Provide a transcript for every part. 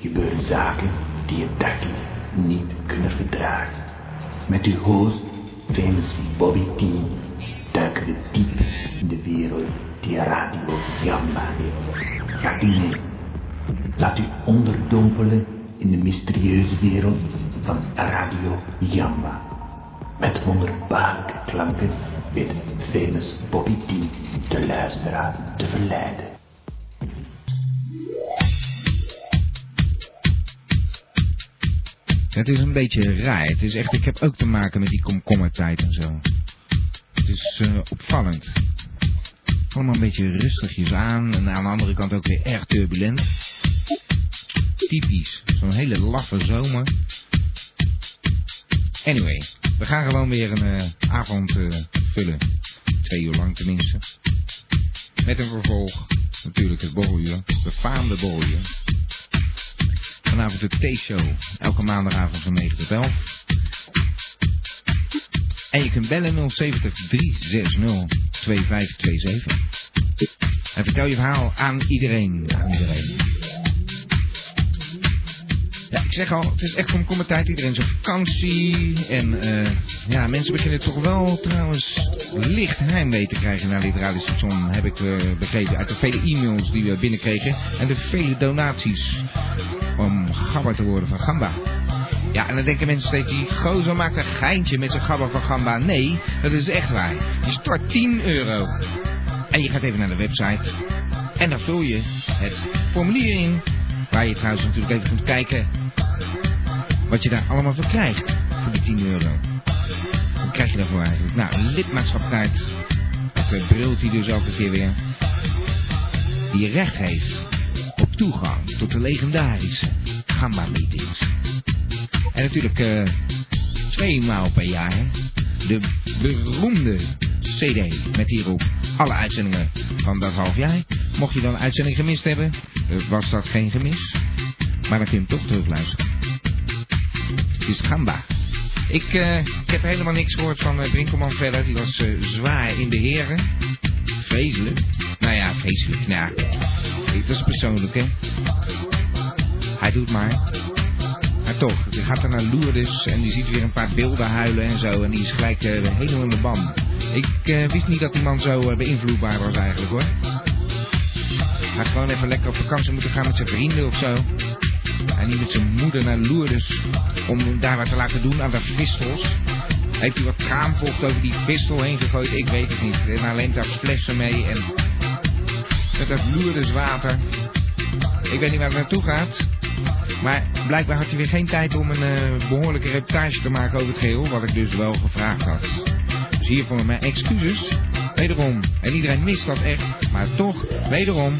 gebeuren zaken die je dagelijks niet kunnen verdragen. Met uw host, famous Bobby T, duiken we diep in de wereld die Radio Jamba heeft. Gaat u mee. Laat u onderdompelen in de mysterieuze wereld van Radio Jamba. Met wonderbaarlijke klanken weet famous Bobby T de luisteraar te verleiden. Het is een beetje raar. Het is echt, ik heb ook te maken met die komkommertijd en zo. Het is eh, opvallend. Allemaal een beetje rustigjes aan en aan de andere kant ook weer erg turbulent. Typisch. Zo'n hele laffe zomer. Anyway, we gaan gewoon weer een eh, avond eh, vullen. Twee uur lang tenminste. Met een vervolg. Natuurlijk het borreluur. Befaamde borreluur. Vanavond de T-show. Elke maandagavond van 9 tot 11. En je kunt bellen 070 360 2527. En vertel je verhaal aan iedereen. Aan iedereen. Ja, ik zeg al, het is echt komkommer tijd. Iedereen is op vakantie. En eh, ja, mensen beginnen toch wel trouwens licht heimwee te krijgen naar dit radiostation. Heb ik eh, begrepen uit de vele e-mails die we binnenkregen. En de vele donaties om gabber te worden van Gamba. Ja, en dan denken mensen steeds, die gozer maakt een geintje met zijn gabber van Gamba. Nee, dat is echt waar. Je stort 10 euro. En je gaat even naar de website. En dan vul je het formulier in. Waar je trouwens natuurlijk even kunt kijken wat je daar allemaal voor krijgt. Voor die 10 euro. Wat krijg je daarvoor eigenlijk? Nou, een lidmaatschapkaart. Dat brilt hij dus elke keer weer. Die recht heeft op toegang tot de legendarische Gamba Meetings. En natuurlijk eh, twee maal per jaar hè, de beroemde CD met hierop alle uitzendingen van dat half jaar. Mocht je dan een uitzending gemist hebben, eh, was dat geen gemis. Maar dan kun je hem toch terugluisteren. Het is Gamba. Ik, eh, ik heb helemaal niks gehoord van eh, Brinkelman verder. Die was eh, zwaar in de heren. Vreselijk. Nou ja, vreselijk. Nou, dit is persoonlijk, hè. Hij doet maar. Maar toch, die gaat er naar Lourdes en die ziet weer een paar beelden huilen en zo. En die is gelijk eh, helemaal in de ban. Ik eh, wist niet dat die man zo eh, beïnvloedbaar was eigenlijk hoor. Hij had gewoon even lekker op vakantie moeten gaan met zijn vrienden of zo. En niet met zijn moeder naar Lourdes om hem daar wat te laten doen aan de vistels. Heeft hij wat kraamvocht over die vistel heen gegooid? Ik weet het niet. En alleen daar flessen mee en met dat Lourdes water. Ik weet niet waar het naartoe gaat. Maar blijkbaar had hij weer geen tijd om een eh, behoorlijke reportage te maken over het geheel, wat ik dus wel gevraagd had. Dus hier voor mijn excuses. Wederom, en iedereen mist dat echt, maar toch, wederom,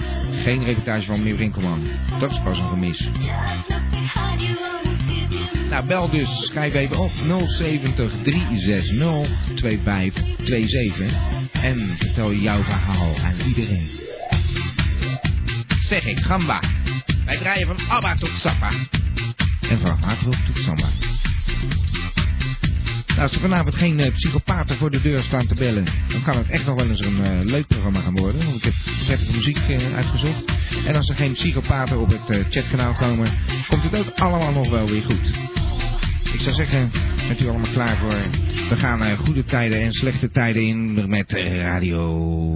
geen reportage van meneer Winkelman. Dat is pas een gemis. Nou, bel dus, schrijf even op 070 360 2527 en vertel jouw verhaal aan iedereen. Zeg ik, gamba. Wij draaien van Abba tot Sappa. En van Hartwig tot Samba. Nou, als er vanavond geen eh, psychopaten voor de deur staan te bellen, dan kan het echt nog wel eens een eh, leuk programma gaan worden. Want ik heb prettige muziek eh, uitgezocht. En als er geen psychopaten op het eh, chatkanaal komen, komt het ook allemaal nog wel weer goed. Ik zou zeggen, bent u allemaal klaar voor? We gaan eh, goede tijden en slechte tijden in met eh, Radio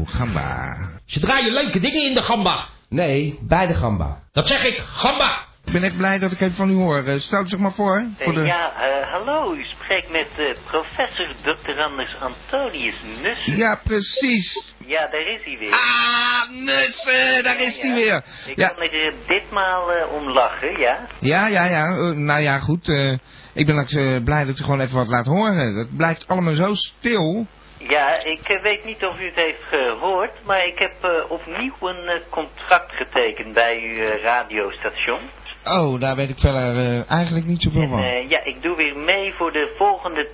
Gamba. Ze draaien leuke dingen in de gamba. Nee, bij de Gamba. Dat zeg ik, gamba. Ik ben echt blij dat ik even van u hoor. Eh, Stel het zich maar voor. Eh, voor de... Ja, eh, hallo, u spreekt met eh, professor Dr. Anders Antonius Nussen. Ja, precies. Ja, daar is hij weer. Ah, nussen, daar is hij Ja. weer. Ik Ja, kan er eh, ditmaal eh, om lachen, ja? ja, ja. ja. Eh, nou ja, goed. eh, ik ben ook eh, blij dat ik gewoon even wat laat horen. Het blijft allemaal zo stil. Ja, ik eh, weet niet of u het heeft gehoord, maar ik heb eh, opnieuw een eh, contract getekend bij uw eh, radiostation. Oh, daar weet ik verder eh, eigenlijk niet zoveel En van. eh, ja, ik doe weer mee voor de volgende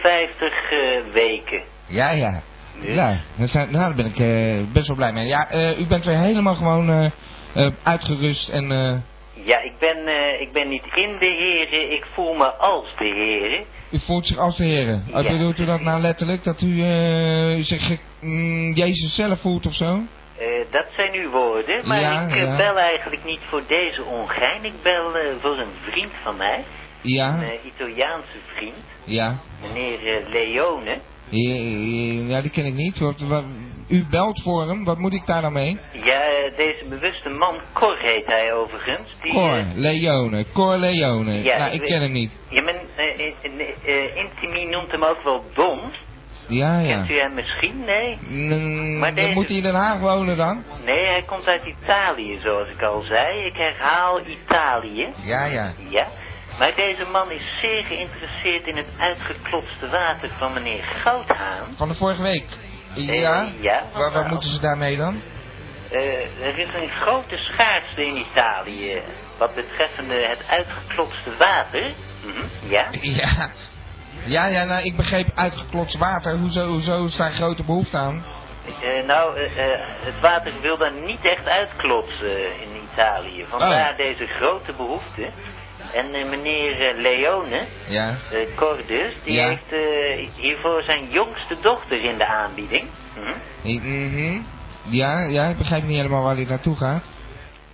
52 eh, weken. Ja, ja. Dus- Ja, dat zijn, nou, daar ben ik eh, best wel blij mee. Ja, eh, u bent weer helemaal gewoon eh, eh, uitgerust en... eh, Ja, ik ben, eh, ik ben niet in de heren, ik voel me als de heren. U voelt zich als de heren. Ja. Bedoelt u dat nou letterlijk? Dat u eh, zich eh, mm, Jezus zelf voelt of zo? Eh, dat zijn uw woorden, maar Ja, ik eh, ja. bel eigenlijk niet voor deze ongein. Ik bel eh, voor een vriend van mij, een Ja, eh, Italiaanse vriend, ja. meneer eh, Leone. Ja, Ja, die ken ik niet. Wat, wat- u belt voor hem, wat moet ik daar nou mee? Ja, eh, deze bewuste man, Cor heet hij overigens. Die, Cor eh, Leone, Cor Leone. Ja, nou, ik ik weet- ken hem niet. ja, men, eh, eh, eh, eh, Intimi noemt hem ook wel Don. Ja, ja. Kent u hem misschien? Nee. Mm, Maar dan deze- Moet hij in Den Haag wonen dan? Nee, hij komt uit Italië, zoals ik al zei. Ik herhaal Italië. Ja, ja. Ja, maar deze man is zeer geïnteresseerd in het uitgeklotste water van meneer Goudhaan. Van de vorige week. Eh, Ja? ja. Wa- Wat, moeten ze daarmee dan? Eh, er is een grote schaarste in Italië wat betreffende het uitgeklotste water. Mhm, ja. Ja. Ja, ja, nou, ik begreep uitgeklotst water. Hoezo, hoezo is daar grote behoefte aan? Eh, nou, eh, eh, het water wil daar niet echt uitklotsen in Italië. Vandaar Oh. deze grote behoefte. En eh, meneer eh, Leone, Ja. eh Cor dus, die Ja. heeft eh, hiervoor zijn jongste dochter in de aanbieding. Mhm. Ik- mhm. Ja, ja, ik begrijp niet helemaal waar dit naartoe gaat.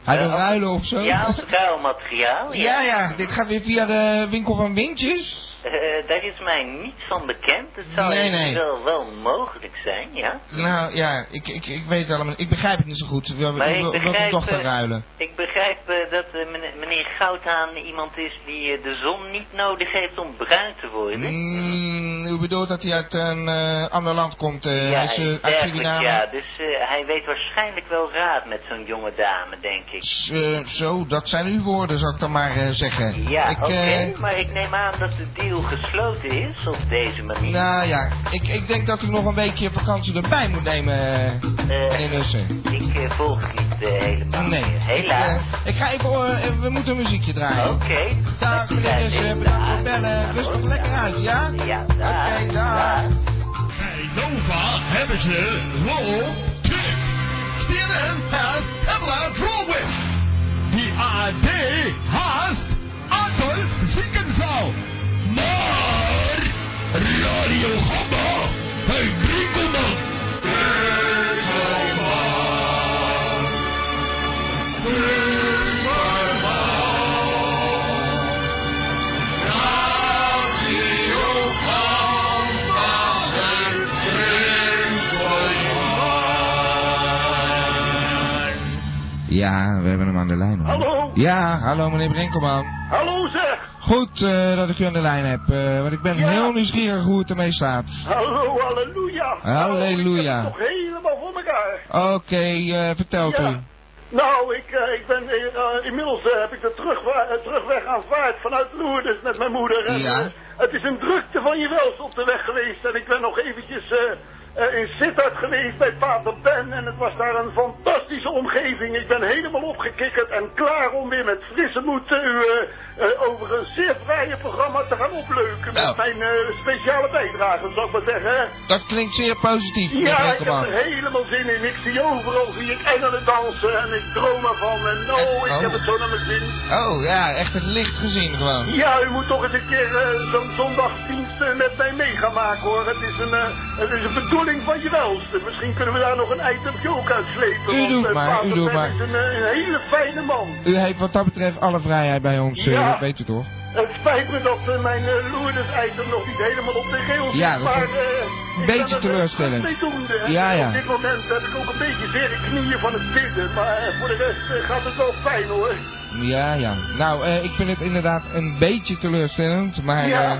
Hij Eh, wil als- ruilen of zo? Ja, als ruilmateriaal. Ja. Ja, ja, dit gaat weer via de winkel van Windjes. Eh, daar is mij niets van bekend. Het zou Nee, nee. wel, wel mogelijk zijn, ja. Nou ja, ik, ik, ik weet het allemaal. Ik begrijp het niet zo goed. Wil Maar ik wil- wil begrijp, mijn dochter eh, ruilen. Ik begrijp eh, dat eh, mene- meneer Goudhaan iemand is die eh, de zon niet nodig heeft om bruin te worden. Mm, u bedoelt dat hij uit een eh, ander land komt? eh, hij is eh, uit dergelijk, Suriname? ja. Dus eh, hij weet waarschijnlijk wel raad met zo'n jonge dame, denk ik. S- eh, zo, dat zijn uw woorden, zou ik dan maar eh, zeggen. Ja, ik, oké, eh, maar ik neem aan dat de deal gesloten is op deze manier. nou ja, ik, ik denk dat u nog een weekje vakantie erbij moet nemen, eh, Eh, meneer Nussen. ik eh, volg het niet eh, helemaal. Oh, Nee, ik, Helaas. eh, ik ga even, eh, we moeten een muziekje draaien. Oh. Oké. Dag meneer Nussen, bedankt voor het bellen. Rust nog lekker uit, ja? Ja, Oké, dag. dag. Bij Nova hebben ze Roll Tip. CNN has Pamela Drolwin. Die AD haast Adolf Ziekenzaal. Maar Radio Gamma bij Winkelman. Winkelman. Superman. Radio Gamma het Winkelman. Ja, we hebben hem aan de lijn. Hoor. Hallo? Ja, hallo meneer Brinkelman. Hallo zeg! Goed eh, dat ik u aan de lijn heb, eh, want ik ben Ja. heel nieuwsgierig hoe het ermee staat. Hallo, halleluja! Halleluja. Oh, ik heb het nog helemaal voor elkaar. Oké, eh, vertelt Ja. u. Nou, ik, eh, ik ben, eh, inmiddels eh, heb ik de terugwa- eh, terugweg aanvaard vanuit Lourdes met mijn moeder. En, Ja. eh, het is een drukte van je wels op de weg geweest. En ik ben nog eventjes eh, eh, in Sittard geweest bij pater Ben. En het was daar een fantastische omgeving. Ik ben helemaal opgekikkerd en klaar om weer met frisse moed eh, uw, eh, eh, over een zeer vrije programma te gaan opleuken. Nou. Met mijn eh, speciale bijdrage, zou ik maar zeggen. hè. Dat klinkt zeer positief, meneer Ja, ik heb Brinkelman. er helemaal zin in. Ik zie overal zie ik engelen dansen en ik droom ervan. En oh, ik Oh. heb het zo naar mijn zin. Oh ja, echt het licht gezien gewoon. Ja, u moet toch eens een keer eh, zo'n zondagsdienst eh, met mij mee gaan maken hoor. Het is een, eh, het is een bedoeling van je welste. Misschien kunnen we daar nog een itemje ook uit slepen. U want, doet eh, maar, Pater u doet Ben maar. is een, eh, een hele fijne man. U heeft wat dat betreft alle vrijheid bij ons, eh, Ja. dat weet u toch? Het spijt me dat eh, mijn eh, Lourdes-item nog niet helemaal op de rails Ja, is, dat is maar... eh, ik beetje ben er, eh, teleurstellend. mee doende, hè. Ja, ja. Op dit moment heb ik ook een beetje zere knieën van het bidden, maar eh, voor de rest eh, gaat het wel fijn hoor. Ja, ja. Nou, eh, ik vind het inderdaad een beetje teleurstellend, maar Ja.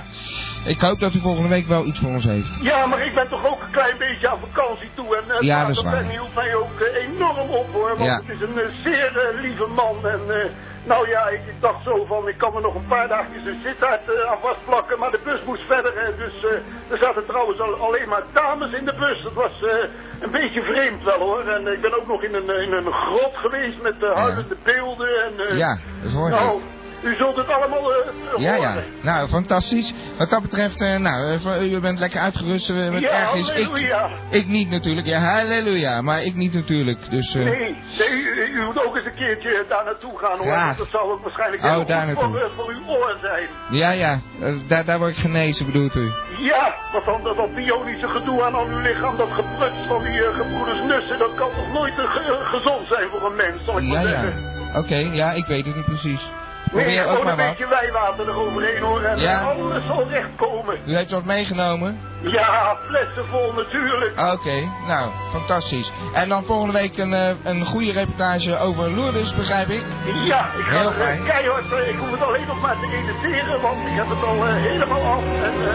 eh, ik hoop dat u volgende week wel iets voor ons heeft. Ja, maar ik ben toch ook een klein beetje aan vakantie toe en eh, Ja, Pater dat is waar. Ben hield mij ook eh, enorm op hoor, want Ja. het is een eh, zeer eh, lieve man en... eh, nou ja, ik, ik dacht zo van, ik kan me nog een paar dagjes een zittijd eh, aan vastplakken, maar de bus moest verder. hè, dus eh, er zaten trouwens al, alleen maar dames in de bus. Dat was eh, een beetje vreemd wel hoor. En ik ben ook nog in een, eh, in een grot geweest met eh, huilende beelden. En, eh, Ja, dat hoor ik. nou, U zult het allemaal eh, horen. Ja, ja. Nou, fantastisch. Wat dat betreft, eh, nou, eh, van- u bent lekker uitgerust. eh, met Ja, ergens. Ik, halleluja. ik niet natuurlijk. Ja, halleluja. Maar ik niet natuurlijk. Dus, eh, Nee, nee u, u moet ook eens een keertje daar naartoe gaan hoor. Graag. want Dat zal ook waarschijnlijk Oh, heel goed daar voor, naartoe. eh, voor uw oor zijn. Ja, ja. Eh, daar, daar word ik genezen, bedoelt u? Ja, want dan dat, dat bionische gedoe aan al uw lichaam, dat gepruts van die eh, gebroeders Nussen, dat kan toch nooit eh, ge- eh, gezond zijn voor een mens, zal ik Ja, maar ja. zeggen. Oké, ja, ik weet het niet precies. Nee, Probeer ook gewoon een maar wat. beetje wijwater eroverheen hoor, en Ja. alles zal recht komen. U heeft wat meegenomen? Ja, flessen vol natuurlijk. Oké, nou, fantastisch. En dan volgende week een, eh, een goede reportage over Lourdes, begrijp ik? Ja, ik ga Heel er, eh, fijn. keihard, eh, ik hoef het alleen nog maar te editeren, want ik heb het al eh, helemaal af. En eh,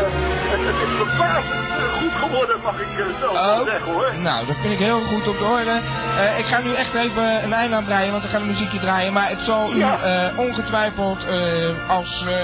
het, het is verbazend eh, goed geworden, mag ik eh, zelf wel zeggen hoor. nou, dat vind ik heel goed om te horen. Eh, ik ga nu echt even een eind aan breien, want ik ga een muziekje draaien. Maar het zal u Ja. eh, ongetwijfeld eh, als... eh,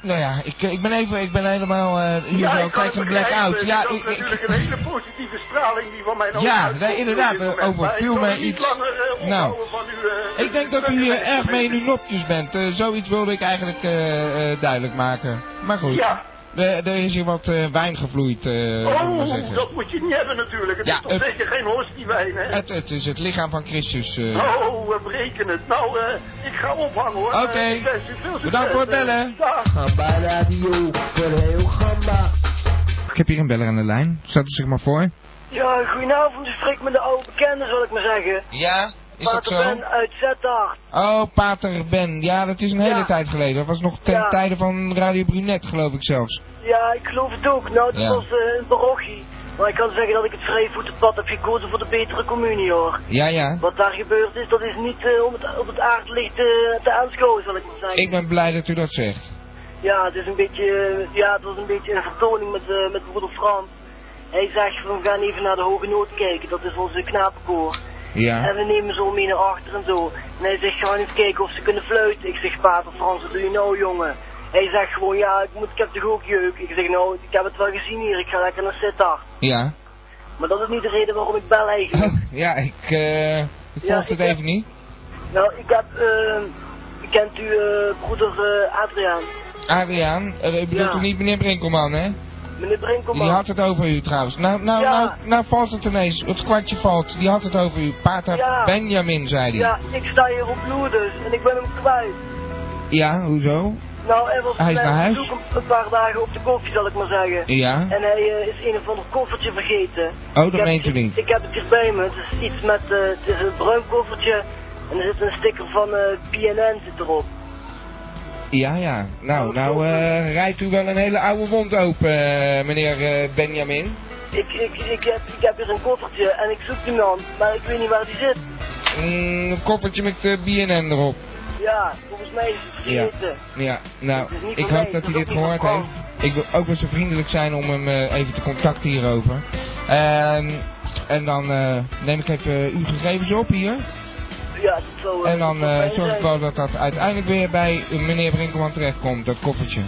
nou ja, ik, ik ben even, ik ben helemaal, eh hier Ja, zo, ik kan kijk een het black out. begrijpen. Ja, dat ik, is natuurlijk ik- een hele positieve straling die van mijn Ja, ogen nee, uitkomt op inderdaad, dit eh, moment. Maar overviel ik kan mij het niet iets. langer, eh, Nou. ophouden van uw, eh, ik denk dat u stukje eh, erg mee in uw mensen. nopjes bent. Eh, zoiets wilde ik eigenlijk eh, eh, duidelijk maken. Maar goed, Ja. er, er is hier wat eh, wijn gevloeid, eh moet ik maar Oh, zeggen. dat moet je niet hebben natuurlijk. Het Ja, is toch het- Eh, zeker geen hostiewijn, hè? Het, het is het lichaam van Christus. eh. Oh, we breken het. Nou, eh, ik ga ophangen hoor. Oké. Eh, ik wens u veel succes. Eh, Bedankt voor het bellen. Dag. Gamba Radio, voor heel Gamba. Ik heb hier een beller aan de lijn. Zet u zich maar voor. Ja, goedenavond. U spreekt met de oude bekende, zal ik maar zeggen. Ja, is dat Pater zo? Ben uit Zettaard. Oh, Pater Ben. Ja, dat is een hele Ja. tijd geleden. Dat was nog ten Ja. tijde van Radio Brunet, geloof ik zelfs. Ja, ik geloof het ook. Nou, het Ja. was eh, een parochie. Maar ik kan zeggen dat ik het vrijvoetenpad heb gekozen voor de betere communie, hoor. Ja, ja. Wat daar gebeurd is, dat is niet eh, om het, op het aardlicht eh, te aanschouwen, zal ik maar zeggen. Ik ben blij dat u dat zegt. Ja, het is een beetje, eh, ja, het was een beetje een vertoning met, eh, met broeder Frans. Hij zegt van, we gaan even naar de Hoge Nood kijken, dat is onze knapenkoor. En Ja. we nemen zo mee naar achter en zo. En hij zegt, gaan eens kijken of ze kunnen fluiten. Ik zeg, pater Frans, wat doe je nou, jongen? Hij zegt gewoon, ja, ik, moet, ik heb toch ook jeuk? Ik zeg, nou, ik heb het wel gezien hier, ik ga lekker naar Sittard. Ja. Maar dat is niet de reden waarom ik bel eigenlijk. Oh, ja, ik, eh ik Ja, volg ik het heb- even niet. nou, ik heb, eh, kent u eh, broeder eh, Adriaan? Adriaan, eh, u bedoelt Ja. u niet meneer Brinkelman, hè? Meneer Brinkelman. Die had het over u trouwens. Nou, nou, Ja. nou, nou valt het ineens. Het kwartje valt. Die had het over u. Pater Ja. Benjamin, zei hij. Ja, ik sta hier op Loerders en ik ben hem kwijt. Ja, hoezo? Nou, er was Hij is een naar huis? bezoek een, een paar dagen op de koffie, zal ik maar zeggen. Ja. En hij eh, is een of ander koffertje vergeten. Oh, dat Ik heb meent u het- niet. Ik heb het hier bij me. Het is iets met, eh, het is een bruin koffertje. En er zit een sticker van eh, PNN zit erop. Ja, ja. Nou, nou eh rijdt u wel een hele oude wond open, eh, meneer eh, Benjamin. Ik, ik, ik, heb, ik heb hier een koffertje en ik zoek die man, maar ik weet niet waar die zit. Mm, Een koffertje met de BNN erop. Ja, volgens mij is het Ja. vergeten. Ja, nou, Het is niet ik van hoop mij, dat hij het is dit ook gehoord niet van heeft. Ik wil ook wel zo vriendelijk zijn om hem eh, even te contacten hierover. Ehm, en dan eh, neem ik even uw gegevens op hier. Ja, dat zou... eh, En dan dat zou eh, fijn zorg ik zijn. wel dat dat uiteindelijk weer bij eh, meneer Brinkelman terechtkomt, dat koffertje.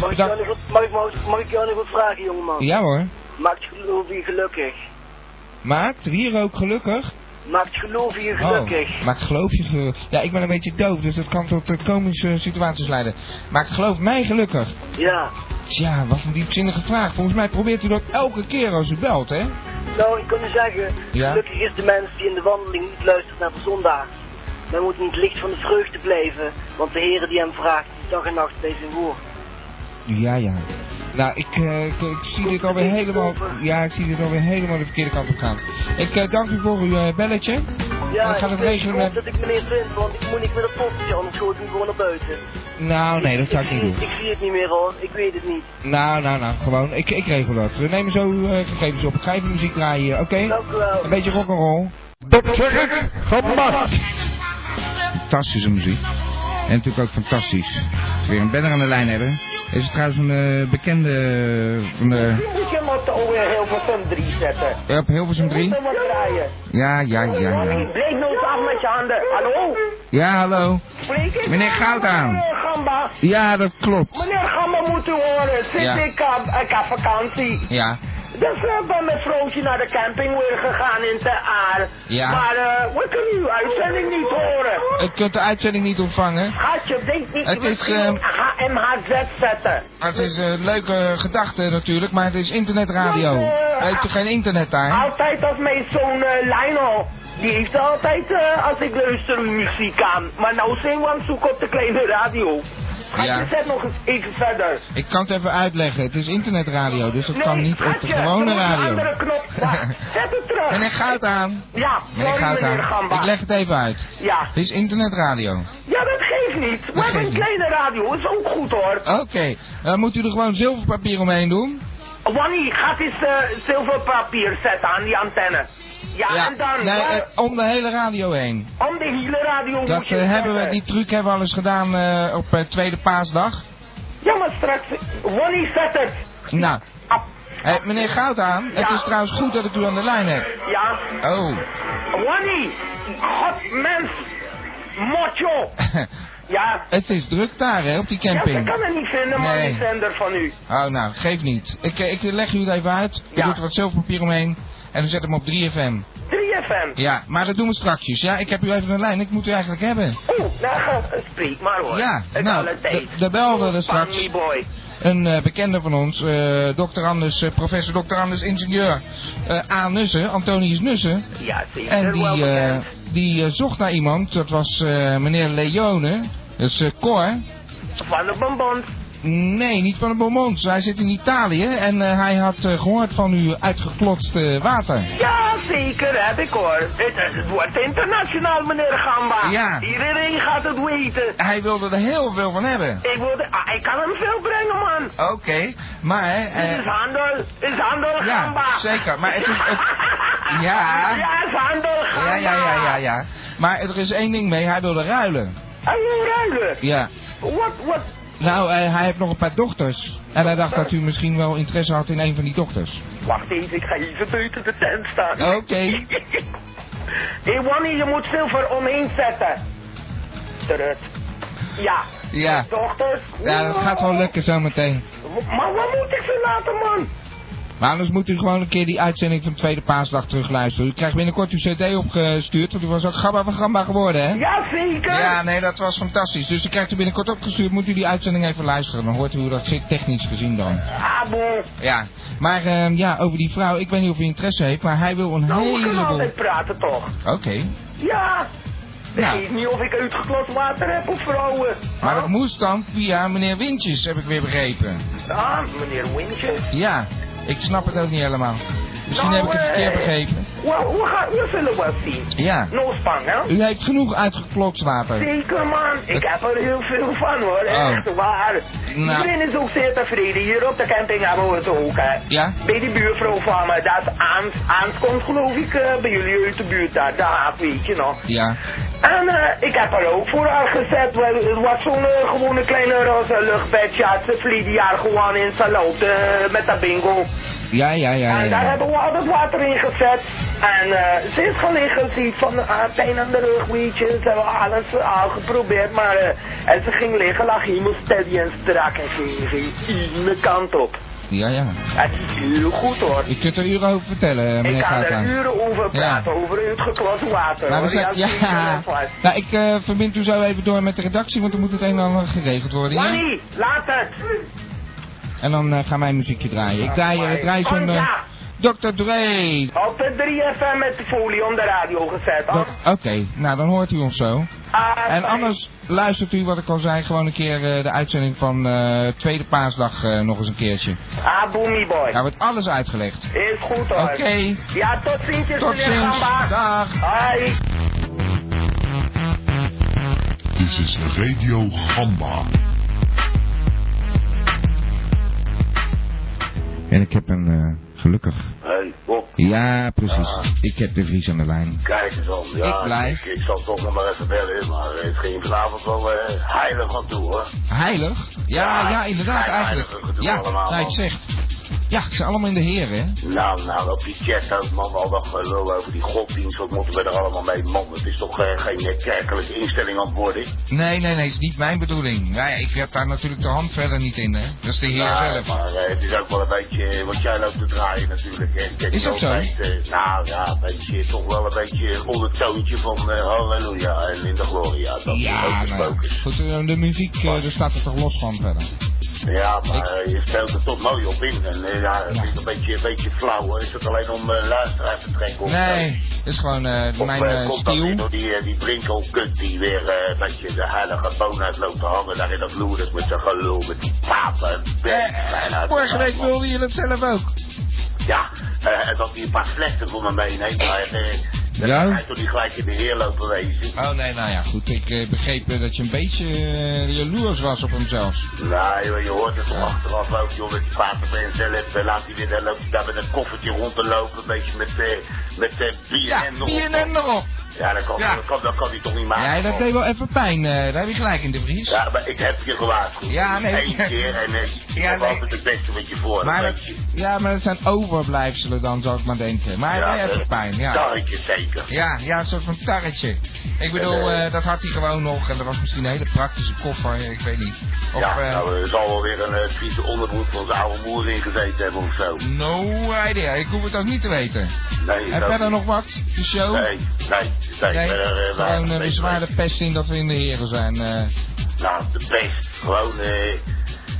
Mag ik, jou bedankt. nog wat, mag, ik, mag, mag ik jou nog wat vragen, jongeman? Ja hoor. Maakt geloof je gelukkig? Maakt hier ook gelukkig. Maakt geloof je gelukkig? Oh, maakt geloof je gelukkig. Ja, ik ben een beetje doof, dus dat kan tot eh, komische situaties leiden. Maakt geloof mij gelukkig. Ja. Tja, wat een diepzinnige vraag. Volgens mij probeert u dat elke keer als u belt, hè? Nou, ik kan u zeggen, Ja? gelukkig is de mens die in de wandeling niet luistert naar de zondaars. Men moet niet licht van de vreugde blijven, want de Heere die hem vraagt, is dag en nacht bij zijn woord. Ja, ja. Nou, ik, eh, ik, ik zie dit alweer helemaal... Ja, ik zie dit alweer helemaal de verkeerde kant op gaan. Ik eh, dank u voor uw eh, belletje. Ja, ik ga het weet regelen gewoon met... dat ik meneer vind, want ik moet niet met een potje, anders gooi ik hem gewoon naar buiten. Nou, nee, dat zou ik niet zie- doen. Ik zie het niet meer hoor, ik weet het niet. Nou, nou, nou, gewoon. Ik, ik regel dat. We nemen zo uw eh, gegevens op. Ik ga even muziek draaien hier, oké? Dank u wel. Een beetje rock'n'roll. Dat zeg ik, Gamba. fantastische muziek. En natuurlijk ook fantastisch. Als we weer een banner aan de lijn hebben. Is het trouwens een eh, bekende eh, van de... Moet je hem op de oude Hilversum 3 zetten? ja, Op Hilversum 3? wat draaien. Ja, ja, ja, ja. Breek nooit af met je handen. Hallo? Ja, hallo. Spreek ik? Meneer Goudaan. Meneer Gamba. Ja, dat klopt. Meneer Gamba moet u horen. Sinds Ja. ik, eh, ik heb vakantie. Ja. Dus we ben met Vrootje naar de camping weer gegaan in Ter Aar. Ja. Maar eh, we kunnen uw uitzending niet horen. U kunt de uitzending niet ontvangen. Hartje, denk niet, Het we is, kunnen eh, HMHZ zetten. Maar het is een leuke gedachte natuurlijk, maar het is internetradio. Want, eh, Heeft u geen internet daar? Altijd als mij zo'n eh, Lionel. Die heeft altijd, eh, als ik luister, muziek aan. Maar nou zingen we hem zoeken op de kleine radio. Gaat Ja. je zet nog eens iets verder. Ik kan het even uitleggen. Het is internetradio, dus het Nee, kan niet op de Hartje, gewone er moet Een radio. andere knop. Ja, zet het terug. Meneer Goud aan. Ja, Meneer sorry Goud meneer aan. Gamba. Ik leg het even uit. Ja. Het is internetradio. ja, dat geeft niet. We Dat hebben geeft een niet. kleine radio, is ook goed hoor. Oké, dan moet u er gewoon zilverpapier omheen doen. Wanny, gaat eens eh, zilverpapier zetten aan die antenne. Ja, Ah, en dan nee, waar- eh, om de hele radio heen. om de hele radio Dat moet je eh, hebben we, zetten. die truc hebben we al eens gedaan eh, op eh, tweede paasdag. Ja, maar straks... Wanny, zet het. Nou, Ah, eh, meneer Goudaan, het Ja. is trouwens goed dat ik u aan de lijn heb. Ja, Oh, Wanny, god mens, motjo. Ja, het is druk daar hè, op die ja ze kan camping. het niet vinden, maar Nee. die zender van u. Oh, nou, geeft niet. Ik, eh, ik leg u het even uit. U Ja. doet er wat zilverpapier omheen. En dan zet hem op 3FM. 3FM. Ja, maar dat doen we straks. Ja, ik heb u even een lijn. Ik moet u eigenlijk hebben. Oeh, nou, ga- spreek maar hoor. Ja, Het nou, alle tijd. de- de bel wilde straks. Pammy boy. Een eh, bekende van ons, eh dokter Anders, eh, professor dokter Anders, ingenieur eh A. Nussen, Antonius Nussen. Ja, zeker. En die, wel eh, bekend. die eh, zocht naar iemand, dat was eh, meneer Leone. Dat is eh, Cor. eh, Van de bonbons. Nee, niet van de Beaumont. Hij zit in Italië en eh, hij had eh, gehoord van uw uitgeklotste water. Ja, zeker, heb ik hoor. Het, het wordt internationaal, meneer Gamba. Ja. Iedereen gaat het weten. Hij wilde er heel veel van hebben. Ik, wil de- ah, ik kan hem veel brengen, man. Oké, maar... eh, Het is handel, het is handel, ja, gamba. zeker. Maar het is... het- Ja. Ja, het is handel, gamba. ja, ja, ja, ja, ja. Maar er is één ding mee, hij wilde ruilen. En hoe ruilen? Ja. Wat, wat? Nou, eh, hij heeft nog een paar dochters. En hij dacht dat u misschien wel interesse had in een van die dochters. Wacht even, ik ga even buiten de tent staan. Oké. Hé, Wanny, je moet zilver omheen zetten. Terug. Ja. Ja. Dochters. Ja, dat gaat wel lukken zometeen. Maar wat moet ik ze laten, man? Maar anders moet u gewoon een keer die uitzending van Tweede Paasdag terugluisteren. U krijgt binnenkort uw cd opgestuurd, want u was ook gamba van gamba geworden, hè? Ja, zeker. Ja, nee, dat was fantastisch. Dus u krijgt u binnenkort opgestuurd. Moet u die uitzending even luisteren. Dan hoort u hoe dat zit, technisch gezien dan. Ah, bon. Ja. Maar ehm, ja, over die vrouw. Ik weet niet of u interesse heeft, maar hij wil een Nou, we kunnen heleboel... altijd praten, toch? Oké. Ja. Ik Nou. weet niet of ik uitgeklopt water heb of vrouwen. Ah, Maar dat Huh? moest dan via meneer Wintjes, heb ik weer begrepen. Ah, meneer Wintjes. Ja, ik snap het ook niet helemaal. Misschien Nou, heb ik het verkeerd eh, begrepen. Wel, we, gaan, we zullen wel zien. Ja. No spang, hè? U heeft genoeg uitgeklokt water. Zeker man, ik heb er heel veel van hoor, Oh. echt waar. Nou. Iedereen is ook zeer tevreden, hier op de camping hebben we het ook hè. Ja? Bij die buurvrouw van me, dat is Aans, Aans komt geloof ik eh, bij jullie uit de buurt daar, de haak weet je nog. Ja. En eh, ik heb er ook voor haar gezet, wel, het was zo'n eh, gewone kleine roze luchtbedje, had ze verleden jaar gewoon in zijn loop eh, met dat bingo. Ja, ja, ja, ja. En daar ja. hebben we al dat water in gezet. En eh, ze is gaan liggen, ze heeft van ah, pijn aan de rug, weet je. Ze hebben alles eh, al geprobeerd, maar... eh, en ze ging liggen, lag helemaal steady en strak en ging geen ene kant op. Ja, ja. Het is heel goed hoor. U kunt er uren over vertellen, eh, Ik meneer kan er Gaata. uren over praten, over uitgeklopt water. Maar we hoor. zijn, Ja, zeker ja, wel vast. nou, ik eh, verbind u zo even door met de redactie, want er moet het een en ander geregeld worden. Ja? Wanny, laat het! En dan eh, gaan wij een muziekje draaien. Ik draai, eh, draai zo'n eh, Vandaag Dr. Dre. Oh, Op de 3FM met de folie om de radio gezet. Dat- Oké, nou dan hoort u ons zo. Ah, En fijn. anders luistert u, wat ik al zei, gewoon een keer eh, de uitzending van eh, Tweede Paasdag eh, nog eens een keertje. Ah, boomie boy. Daar wordt alles uitgelegd. Is goed hoor. Oké, Ja, tot ziens, tot meneer ziens. Gamba. Dag. Hoi. Dit is Radio Gamba. En ik heb een, eh, gelukkig. Hey, Bob, Ja, precies. Ik heb de Vries aan de lijn. kijk eens om. Ja, Ik blijf. Ik, ik zal toch nog maar even bellen, maar het ging vanavond wel eh, heilig aan toe, hoor. Heilig? Ja, ja, Ja, inderdaad, heilig eigenlijk. gedoe Ja, allemaal, nou, ik man. zeg. Ja, ze zijn allemaal in de heren, hè? Nou, nou, op die chat ook, man, al dat gelul over die godsdienst, wat moeten we er allemaal mee, man? Het is toch eh, geen eh, kerkelijke instelling aan het worden? Nee, nee, nee, is niet mijn bedoeling. Ja, ik heb daar natuurlijk de hand verder niet in, hè? Dat is de heer Nou, zelf. Maar eh, het is ook wel een beetje eh, wat jij loopt te draaien natuurlijk. Hè. Ik denk Is dat ook zo? Altijd, eh, nou ja, een beetje, toch wel een beetje een ondertoontje van eh, halleluja en in de gloria. Dat is ook Ja, nou, gesproken. goed, eh, de muziek, eh, daar staat er toch los van verder. Ja, maar eh, je speelt er toch mooi op in. En eh, ja, het is een beetje, een beetje flauw. hoor. Is het alleen om eh, luisteraars te trekken? Of, Nee, het is gewoon eh, Of mijn eh, eh, komt dat weer stiel. door die, eh, die brinkelkut die weer eh, een beetje de heilige boon uit loopt te hangen daar in dat Loerders met zijn gelul, met die papen en en uit- Eh, Vorige week wilde je dat zelf ook. Ja, eh, en dat hij een paar slechten voor me meeneemt. Maar eh, dan Ja? ga je toch niet gelijk in de heer lopen wezen. Oh nee, nou ja, goed. Ik eh, begreep eh, dat je een beetje eh, jaloers was op hem zelfs. Nou, joh, je hoort het toch achteraf ook, joh, met die waterbrand zelf. eh, Laat hij weer, dan loopt hij daar met een koffertje rond te lopen, een beetje met, eh, met eh, bier Ja, en nog. BNN erop. Ja, dat kan, Ja. Dat, kan, dat kan hij toch niet maken. Ja, dat man. deed wel even pijn. eh, daar heb je gelijk in de vries. Ja, maar ik heb je gewaarschuwd. Ja, nee. Eén keer en eh, Ja, dat was altijd het beste wat je voor. Maar dat dat, ja, maar dat zijn overblijfselen dan, zou ik maar denken. Maar Ja, hij deed eh, even pijn, ja. Tarretje zeker. Ja, ja, een soort van tarretje. Ik bedoel, En, eh, eh, dat had hij gewoon nog. En dat was misschien een hele praktische koffer, ik weet niet. Of, ja, eh, nou, er zal wel weer een eh, vieze onderbroek van zijn oude moer in gezeten hebben of zo. no idea. Ik hoef het ook niet te weten. Nee, en dat- verder nog wat? De show? Nee, nee, nee. Nee, verder, eh, gewoon weinig eh, een mee. zware pest in dat we in de heren zijn. eh. Nou, de best. Gewoon, eh,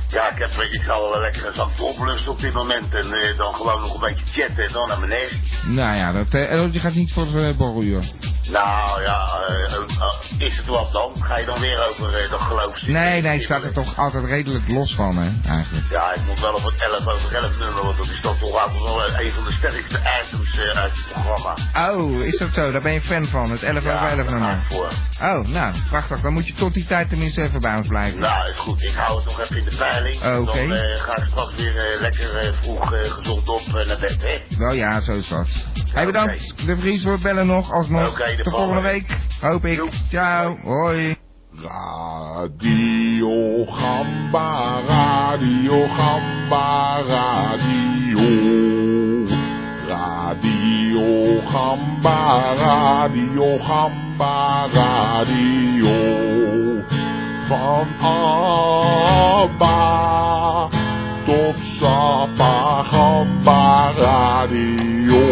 ja, ik, heb, ik zal wel lekker een zakje oplussen op dit moment. En eh, dan gewoon nog een beetje chatten en dan naar beneden. nou ja, dat, eh, oh, die gaat niet voor de borreluur. Nou ja, eh, eh, eh, is het wat dan? Ga je dan weer over eh, dat geloof zitten? Nee, nee, staat er toch altijd redelijk los van, hè, eigenlijk. Ja, ik moet wel op het 11 over 11 nummer, want dat is dan toch altijd wel eh, een van de sterkste items eh, uit het programma. Oh, is dat zo? Daar ben je fan van, het 11 over 11 nummer. Voor. Oh, nou, prachtig. Dan moet je tot die tijd tenminste even bij ons blijven. Nou, is goed. Ik hou het nog even in de veiling. Oh, oké. Dan eh, ga ik straks weer eh, lekker eh, vroeg eh, gezond op eh, naar bed, hè? Wel ja, zo is dat. Hey, bedankt. De Vries wordt bellen nog, alsnog. Oké, de Tot volgende volgende week, hoop ik. Ciao, hoi. Radio Gamba, Radio Gamba, Radio. Radio Gamba, Radio Gamba, Radio. Van Abba tot Sapa Gamba, Radio.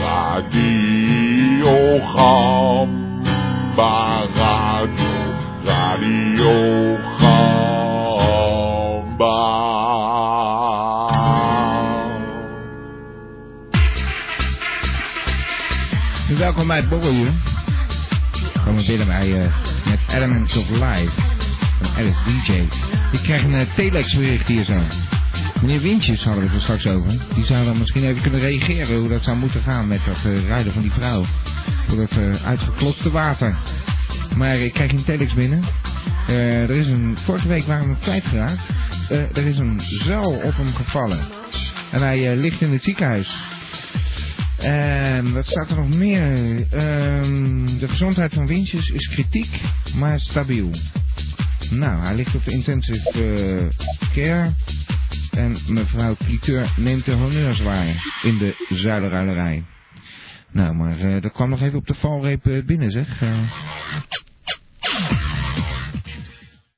Radio Gamba, Radio. Radio Gamba. Welkom bij Borreluur. Komen binnen bij eh met Elements of Life van Alice DJ. Ik krijg een eh, telexbericht hier zo. Meneer Wintjes hadden we het er straks over. Die zou dan misschien even kunnen reageren hoe dat zou moeten gaan met dat eh, rijden van die vrouw. Voor dat eh, uitgeklotste water. Maar ik krijg een telex binnen. Eh, er is een, vorige week waren we hem kwijtgeraakt. Eh, er is een zuil op hem gevallen. En hij eh, ligt in het ziekenhuis. Ehm, wat staat er nog meer? Ehm, de gezondheid van Wintjes is kritiek, maar stabiel. Nou, hij ligt op de intensive eh, care. En mevrouw Cliteur neemt de honneurs waar in de zuilenruilerij. Nou, maar eh, dat kwam nog even op de valreep eh, binnen, zeg. Eh,